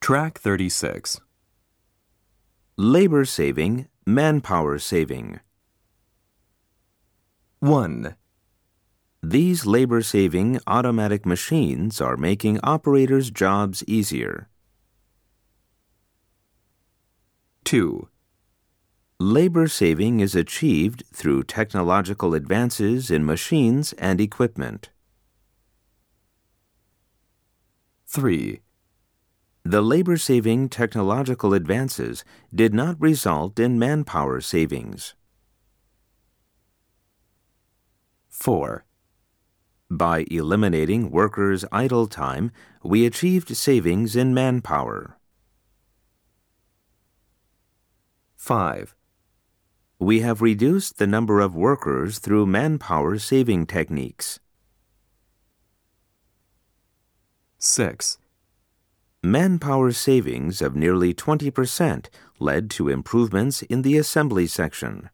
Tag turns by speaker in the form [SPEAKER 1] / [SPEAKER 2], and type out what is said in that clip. [SPEAKER 1] Track 36.
[SPEAKER 2] labor saving, manpower saving.
[SPEAKER 1] 1,
[SPEAKER 2] These labor saving automatic machines are making operators' jobs easier.
[SPEAKER 1] 2,
[SPEAKER 2] Labor saving is achieved through technological advances in machines and equipment.
[SPEAKER 1] 3,
[SPEAKER 2] The labor saving technological advances did not result in manpower savings.
[SPEAKER 1] 4,
[SPEAKER 2] By eliminating workers' idle time, we achieved savings in manpower.
[SPEAKER 1] 5,
[SPEAKER 2] We have reduced the number of workers through manpower saving techniques.
[SPEAKER 1] 6,
[SPEAKER 2] Manpower savings of nearly 20% led to improvements in the assembly section.